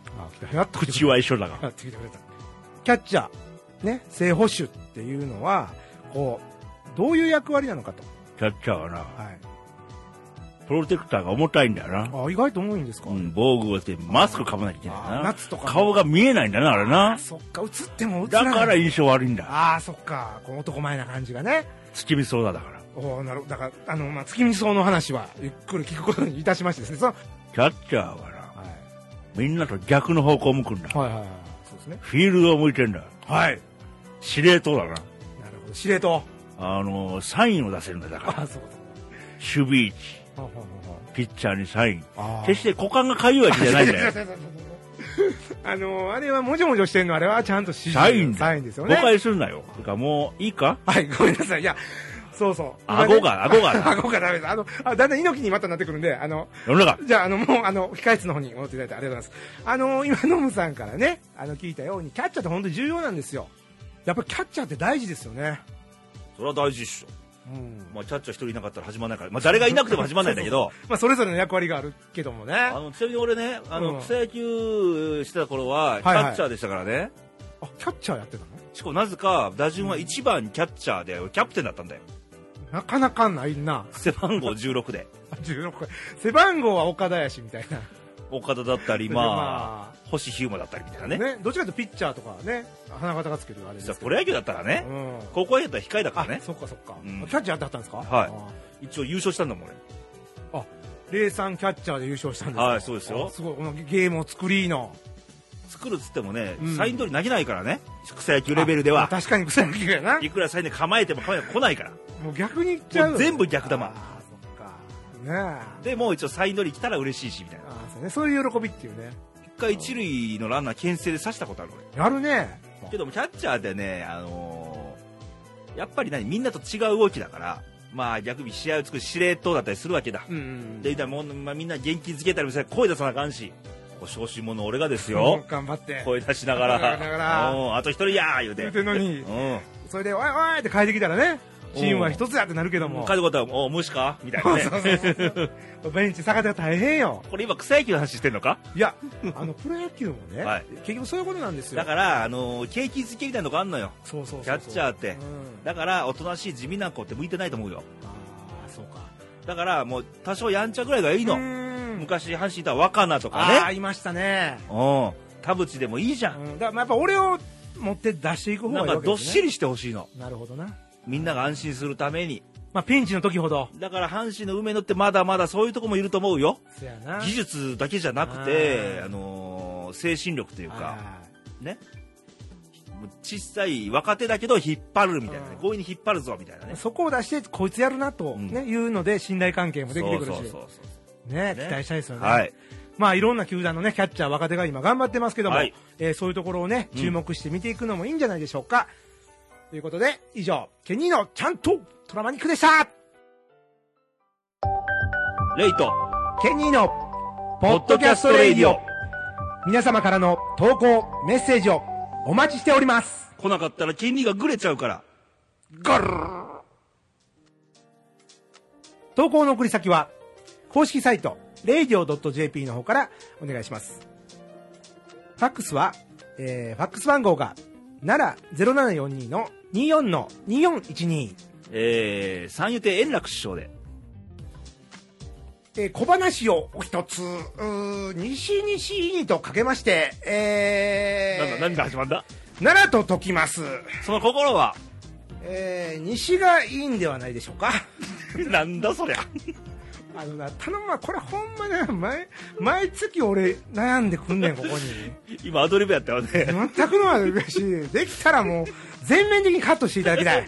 来たやっと来てく
口
れ
は一緒だ
た
が。
やっと来てくれたキャッチャーね正捕手っていうのはこうどういう役割なのかと、
キャッチャーはな、
はい、
プロテクターが重たいんだよな。
あ意外と重いんですか、
うん、防具をしてマスクかぶなきゃいけないんだ
あ
な。
夏とかも
顔が見えないんだな、あれな
あ。そっか映っても映ら
だ
ない
から印象悪いんだ。
ああそっかこの男前な感じがね
月見ソーダだから。
おおなるほどだからあの、まあ、月見草の話はゆっくり聞くことにいたしましてですねその
キャッチャーはな、
は
みんなと逆の方向を向くんだ
い。はいはいはいそうですね
フィールドを向いてんだ。
はい
司令塔だな。
なるほど司令塔
あのー、サインを出せるんだ、だから。
あそう
守備位置、
そうは
ピッチャーにサイン。
あはあはあ
決して股間がかゆいわけじゃないん だよ。
あのあれはもじょもじょしてるのあれはちゃんと指示
サインだ
サインですよ
誤
ね
解するなよ。てかもう、いいか
はいごめんなさいいやそうそう
顎が、顎がな。
あ 顎がダメですあのあだんだん猪木にまたなってくるんであの
世の中。
じゃあ、あの、もう、あの、控室の方に戻っていただいてありがとうございます。あの、今、ノムさんからね、あの、聞いたように、キャッチャーって本当に重要なんですよ。やっぱキャッチャーって大事ですよね。
それは大事っしょ。
うん。
まあ、キャッチャー一人いなかったら始まらないから。まあ、誰がいなくても始まらないんだけど。
まあ、それぞれの役割があるけどもね。
あ
あ、
の、ちなみに俺ね、あ
うん
の、草野球してた頃は、
い
キ
はい
ャッチャーでしたからね。
キャッチャーやってたの
しかもなぜか、打順は1番キャッチャーで、キャプテンだったんだよ。
なかなかないな。
背番号16で。
あ16個。背番号は岡林みたいな。
岡田だったり、まあ、星飛雄馬だったりみたいな
ね。
ね。
どっちかというとピッチャーとかね、花形がつけるあれで
実
すけ
は
ど。
プロ野球だったらね
う、ん。
高校野球だったら控えだか
あ、
らね、
そっかそっか。
うん
キャッチャーやってはったんですか
はい
あ
一応優勝したんだもんね。
レイさんキャッチャーで優勝したんですか
はいそうですよ
あすごい、このゲームを作りの。
作るっつってもね、
うん
サイン通り投げないからね、草野球レベルでは
あ。確かに草野球やない
くらサインで構えても構えても来ないから。
もう逆にいっちゃう
もう全部逆球
ああそっかねえ
で、もう一応サイン通り来たら嬉しいし、みたいな。
ああそうねそういう喜びっていうね
一回一塁のランナー牽制で刺したことある俺。
やるね
けどもキャッチャーでね、あのーやっぱり何、みんなと違う動きだから、まあ逆に試合を作る司令塔だったりするわけだ。
うんうん
で、だからもう、まあ、みんな元気づけたりもして声出さなあかんし、お小心者の俺がです
よ
よ。
頑張って
声出しながら、
声出しながら
うんあと一人やー言うて。
言うてんのに
うん。
それで「おいおい!」って帰ってきたらねチームは一つやってなるけども
帰ることは、おう、無視かみたい
そ
な
うそう
ね。
そうそう ベンチ下がっては大変よ
これ今、草野球の話してんのか
いやあのプロ野球もね、
はい
結局そういうことなんですよ
だから、あのー景気づけみたいなのがあんのよ。
そうそうそう
キャッチャーって
うん
だから、おとなしい地味な子って向いてないと思うよ。
ああそうか
だから、もう、多少やんちゃぐらいがいいの。
うん
昔、阪神いた若菜と
ああ
かね。
いましたね
うん。田淵でもいいじゃ。
うんんだからまあやっぱ俺を持って出していく方
な
がい
ん
いわ
か、
けですね
どっしりしてほしいの。
なるほどな、
みんなが安心するために。
まあ、ピンチの時ほど
だから、阪神の梅野ってまだまだそういうとこもいると思うよ。
そやな
技術だけじゃなくて、
あー
あのー精神力という
はいは
か、
い
ね。小さい若手だけど引っ張るみたいなね
う。ん
強引に引っ張るぞみたいなね。
そこを出してこいつやるなと、
うん
ねいうので信頼関係もできてくるし
そうそうそう
ね
ね
期待したいですよね、
はい。
まあいろんな球団のねキャッチャー若手が今頑張ってますけども、
はい
えーそういうところをね
うん
注目して見ていくのもいいんじゃないでしょうか、ということで以上ケニーのちゃんとトラマニックでした
レイト、
ケニーの
ポ
ポッ
ッド
ドキ
キャ
ャス
ス
ト
ト
レ
レ
イ
イ
デ
ディ
ィオ
オ。
皆様からの投稿メッセージをお待ちしております
来なかったら金利がぐれちゃうから。
投稿の送り先は、公式サイト、radio.jp の方からお願いします。ファックスは、えー、ファックス番号が、奈良0742の24の2412、
えー、三遊亭円楽師匠で。
えー、小話をお一つ、うー西西にとかけまして、えー、
が始まんだ
奈良と解きます。
その心は、
えー、西がいいんではないでしょうか。
なんだそりゃ。
あのな、頼むわ、これほんまね、毎、毎月俺悩んでくんねん、ここ に。
今アドリブやったよね。
全くのは嬉しい。できたらもう、全面的にカットしていただきたい。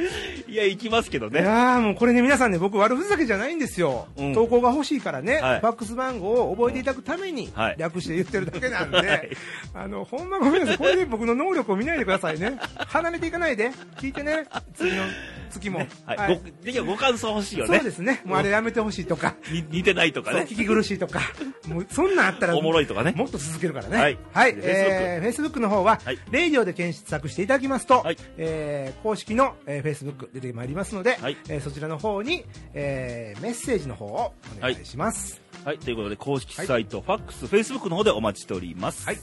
いや、行きますけど
い
ね。
やーもうこれね、皆さんね、僕悪ふざけじゃないんですよ。
うん
投稿が欲しいからね、
はい
ファックス番号を覚えていただくために
うんはい、
略して言ってるだけなんで、
はい
あの、ほんまごめんなさい。これで僕の能力を見ないでくださいね。離れていかないで。聞いてね、次の月も。
はい。ご、できればご感想欲しいよ
そ
ね
うで。すね。もうあれやめてほしいとか。
に似てないとか
そう
ね。
聞き苦しいと か、もうそんなんあったら、
おもろいとかね
もっと続けるからね。は
はいい。
はい。
で
えー、Facebook の方は、
はい
レイディオで検索していただきますと、
はい
えー公式の、えー、Facebook 出てまいりますので、
はい
えーそちらの方に、えーメッセージの方をお願いします。
はい。ということで、公式サイト、ファックス、フェイスブックの方でお待ちしております。
はい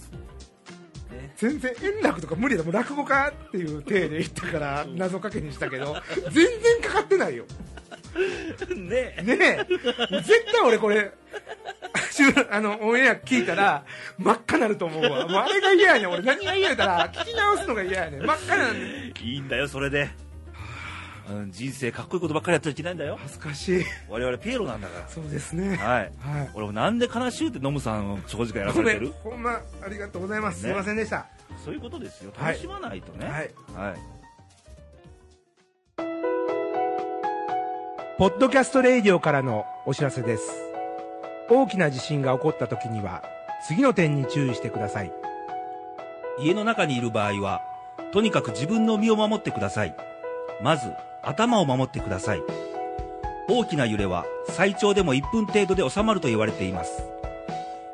全然円楽とか無理だもう落語家っていう体で言ったから謎かけにしたけど全然かかってないよ
ねえ。
ねえ絶対俺これあのオンエア聞いたら真っ赤なると思うわもうあれが嫌やねん俺何が嫌やったら聞き直すのが嫌やねん真っ赤なんで
いいんだよ、それで。うん、人生かっこいいことばっかりやってはいけないんだよ
恥ずかしい。
我々ピエロなんだか
そうですね。
らはい
はい。
俺もなんで悲しゅうってノムさんを長時間やら
ご
さ
め
れて
ん
る、
ほんま、ありがとうございます。す
ね
いませんでした。
そういうことですよ
はい
楽しまないとね
はい。
はい、
ポッドキャストレイディオからのお知らせです。大きな地震が起こった時には、次の点に注意してください。
家の中にいる場合はとにかく自分の身を守ってくださいまず頭を守ってください大きな揺れは最長でも1分程度で収まると言われています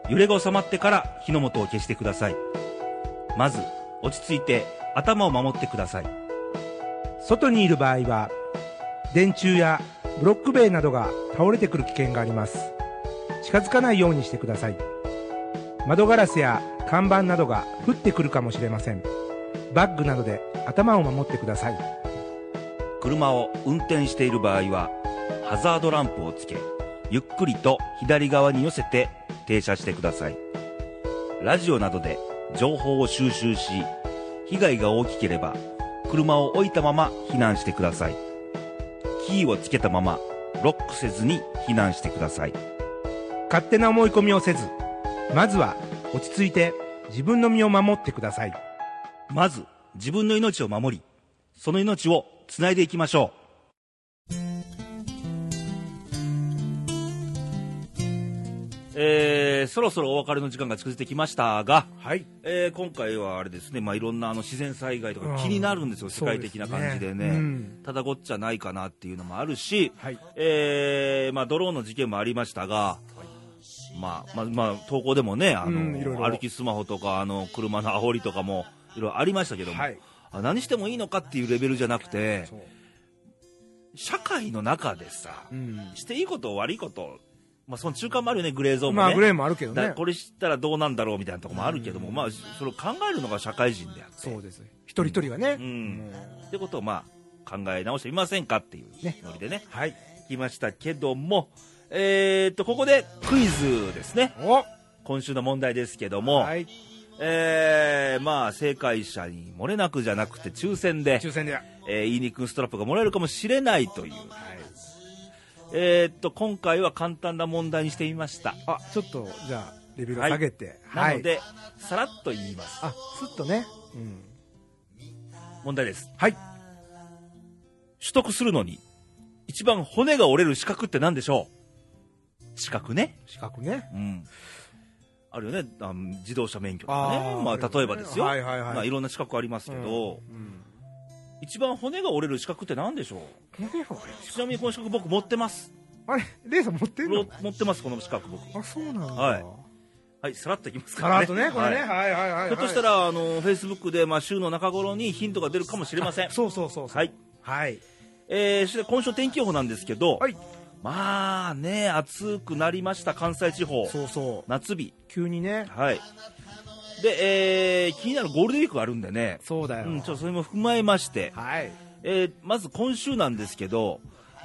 揺れが収まってから火の元を消してくださいまず落ち着いて頭を守ってください
外にいる場合は、電柱やブロック塀などが倒れてくる危険があります。近づかないようにしてください。窓ガラスや看板などが降ってくるかもしれません。バッグなどで頭を守ってください。
車を運転している場合はハザードランプをつけゆっくりと左側に寄せて停車してくださいラジオなどで情報を収集し被害が大きければ車を置いたまま避難してくださいキーをつけたままロックせずに避難してください
勝手な思い込みをせず、まずは落ち着いて自分の身を守ってください。
まず自分の命を守りその命をつないでいきましょうえーそろそろお別れの時間が近づいてきましたが、
はい。
えー今回はあれですね、まあ、いろんなあの自然災害と
う
か
ん
気になるんですよ、世界的な感じでね
そうですねうん
ただごっちゃないかなっていうのもあるし、
はい
えーまあ、ドローンの事件もありましたが、まあまあまあ、投稿でもねあの、
うんいろいろ
歩きスマホとかあの車の煽りとかもいろいろありましたけども、
はい
あ何してもいいのかっていうレベルじゃなくて
そう
社会の中でさ、
うん
していいこと悪いこと、まあ、その中間もあるよねグレーゾーンもね。
まあ、グレーもあるけど
だ
ね。
これ知ったらどうなんだろうみたいなとこもあるけども、まあ、それを考えるのが社会人であって
そうです。一人一人がね。
うん、ってことをまあ考え直してみませんかっていう
ね
ノリでね
はい。
聞きましたけどもえー、っとここでクイズですね
お
今週の問題ですけども、
はい。
えー、まあ正解者に漏れなくじゃなくて抽選で、
抽選で。は
えー、いいにくんストラップがもらえるかもしれないという
い。
えー、っと今回は簡単な問題にしてみました
あ、ちょっと、じゃあ、レベルを下げて。
なので、さらっと言います
あ、すっとね。うん。
問題です
はい。
取得するのに一番骨が折れる資格って何でしょう資格ね
資格ね。
うんあるよねあの自動車免許とか
あ
ね
ー
まあ
あるよね
例えばですよ、
はいはいはい
まあ、いろんな資格ありますけど、
うん。
一番骨が折れる資格って何でしょう
これは俺
ちなみにこの資格僕持ってます
あれ、レイさん持ってん
ろ
の
持ってますこの資格僕
あ、そうなんだ。
はいはいさらっといきますか
からら
ね
っとね、これね。
はい
はいはいはい。
ひょっとした、らあのフェイスブックで、まあ、週の中頃にヒントが出るかもしれません
そうそうそうそう。
はい。
はい。
えー、そして今週の天気予報なんですけど、
はい。
まあね暑くなりました関西地方
そうそう。
夏日
急にね。
はいで、えー気になるゴールデンウィークがあるんでね
そうだよ。
うん、ちょっとそれも踏まえまして、
はい。
えーまず今週なんですけど、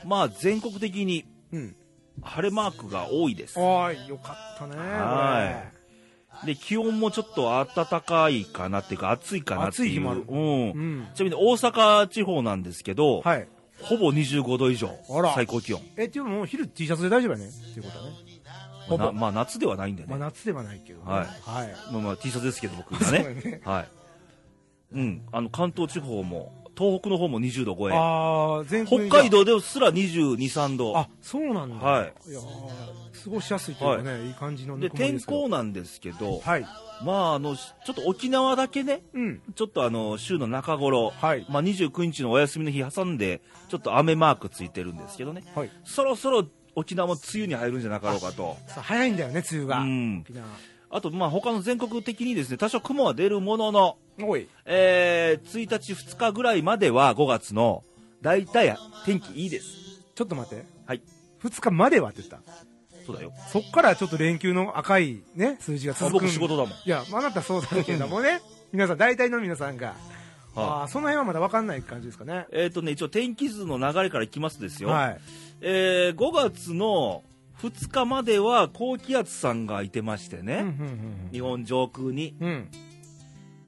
まあ、全国的に
うん。
晴れマークが多いです
おい、よかったね。
はで気温もちょっと暖かいかなっていうか暑いかなっていう
暑い日もある
うん
うん
ちなみに大阪地方なんですけど、
これはい。
ほぼ25度以上
あら
最高気温
え、っていうのも、昼 T シャツで大丈夫やね。っていうことはね。ほぼ
なまあ、夏ではないんでね、
まあ、夏ではないけどね。
はい
はい。
まあまあ T シャツですけど僕がね
そうだね
はい、うん、あの関東地方も東北の方も20度超え
あー、全国
北
に
海道ですら2 2 3度
あ、そうなんだ。
はい
いやー過ごしやすいというかね、いい感じの
で
ぬくもり
天
すけど
候なんですけど、
はい。
まああのしちょっと沖縄だけね
うん。
ちょっとあの週の中頃、
はい
まあ、29日のお休みの日挟んでちょっと雨マークついてるんですけどね
はい。
そろそろ沖縄も梅雨に入るんじゃなかろうかと
さあ早いんだよね、梅雨が。
うん
沖縄。
あとまあ他の全国的にですね多少雲は出るものの
おい。
えー1日、2日ぐらいまでは5月の大体天気いいです。
ちょっと待って。
はい。
2日まではって言った。
そうだよ。
そっからちょっと連休の赤いね、数字が続くん。
僕仕事だもん。
いや、まああなたそうだけどもね、皆さん、大体の皆さんが。あ
は
あー、その辺はまだ分かんない感じですかね。
えっ、とね、一応天気図の流れからいきますとですよ。
はい。
えー5月の2日までは高気圧さんがいてまして
うん
ね、日本上空に
うんうん。うん。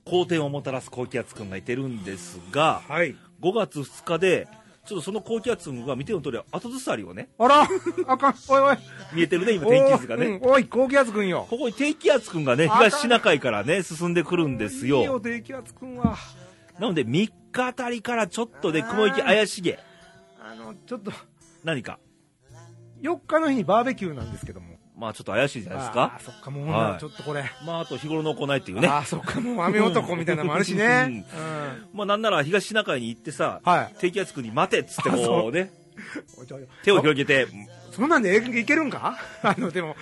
好天をもたらす高気圧くんがいてるんですが、
はい。
5月2日でちょっとその高気圧が見ての通り、後ずさりをね、
あら、あかん、おいおい。
見えてるね、今、天気図が
おー
ね。
うんおい、高気圧くんよ。
ここに低気圧くんがね、
あかん
東シナ海からね、進んでくるんです
いいよ、
よ。
低気圧くんは。
なので、3日あたりからちょっとね、雲行き怪しげ。
あの、ちょっと、
何か。
4日の日にバーベキューなんですけども。
まあ、ちょっと怪しいじゃないです
あ
か
ー。そっか、もう、
はい
ちょっとこれ。
まあ、あと日頃の行いっていうね。
ああ、そっか、もう雨男みたいなのもあるし ね。うん。
まあ、なんなら東シナ海に行ってさ、
はい。
低気圧くんに待てっつって
あそ
こうね、手を広げて、
そんなんでえいけるんか あの、でも、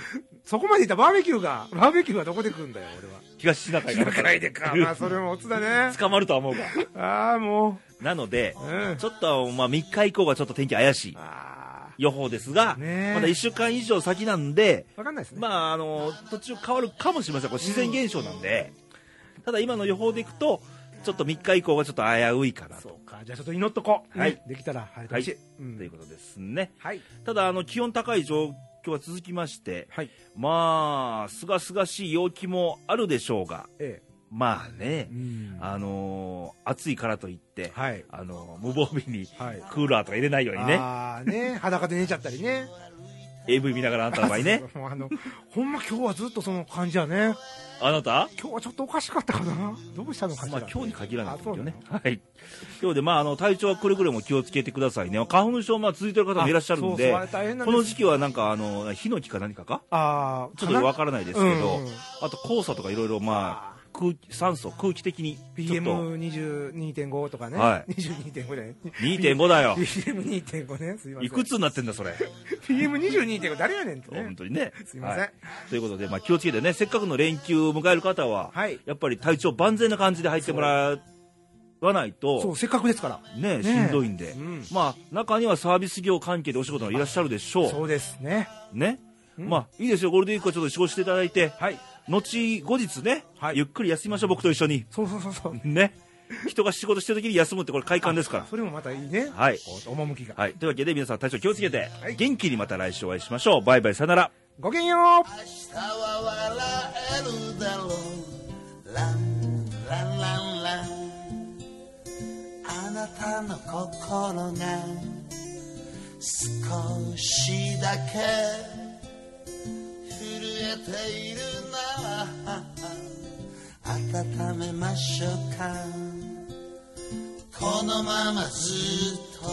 そこまでいったバーベキューが、バーベキューはどこで来るんだよ、俺は。
東シナ海から
らいでかまあ、それもオツだ ね。
捕まるとは思うが。
ああ、も
なので
う。、うん。
ちょっと、まあ、3日以降がちょっと天気怪しい
あ
予報ですが、
ねえ
まだ1週間以上先なんで、
あ。わかんないですね。
まあ、あの、途中変わるかもしれません。これ自然現象なんで、ただ今の予報でいくと、ちょっと3日以降がちょっと危ういかなと。
そうか、じゃあちょっと祈っとこう。
はい
ね。できたら晴れてほしい。うん
ということですね。
はい。
ただ、あの、気温高い状況は続きまして、
はい。
まあ、すがすがしい陽気もあるでしょうが、
え
まあね
え。う、ん
あのー暑いからといって、
はい。
あのー無防備に
はい。
クーラーとか入れないようにね、
ああ、ね。裸で寝ちゃったりね。
AV 見ながらあなたの場合 ね、
もうあの、ほんま今日はずっとその感じやね。
あなた
今日はちょっとおかしかったかな。どうしたのかし
ま
ら。
あ、今日に限らないですけどね
あ。
はい。ということで、まあ、あの、体調はくれぐれも気をつけてくださいね。花粉症、まあ、続いてる方もいらっしゃるんで、
あそうそうあれ大変なん
こ
で
の
す
時期はなんか、あの、ヒノキか何かか
ああ、
ちょっとわからないですけど、
うんうん
あと、黄砂とかいろいろ、まあ、
あ
空気、酸素、空気的に、ちょっと、
PM22.5 とかね、
は
22.5じゃない
2.5だ よ。
PM2.5 ね、すいません。
いくつになってんだ、 それ。
PM22.5 誰やねんってね
本。当にね。
すいません
はということで、まあ、気をつけてね、せっかくの連休を迎える方は、
はい
やっぱり体調万全な感じで入ってもらわない
そう、
と、
せっかくですから。
ね、
ね
しんどいんで、
うん
まあ、中にはサービス業関係でお仕事がいらっしゃるでしょう。
そうですね。
ね。
うん
まあ、いいですよ、ゴールデンウィークはちょっと仕事していただいて、
はい。
後、後日ね、
はい
ゆっくり休みましょう、僕と一緒に。
そうそうそうそう。
ね。人が仕事してる時に休むって、これ快感ですから。
それもまたいいね。
はい
こう趣が。
はい。というわけで、皆さん体調気をつけて、
はい
元気にまた来週お会いしましょう。バイバイ、さよなら。
ごきげんよう
明日は笑えるだろうランランランランあなたの心が少しだけ震えているな温めましょうかこのままずっと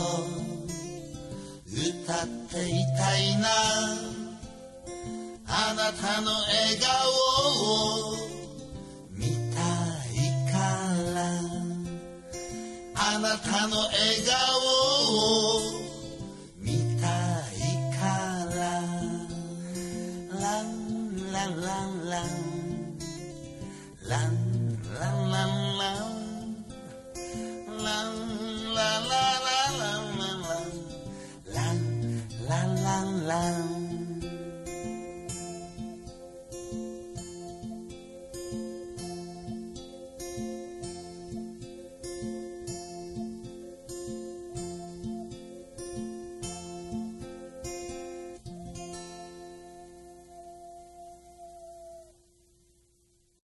歌っていたいなあなたの笑顔を見たいからあなたの笑顔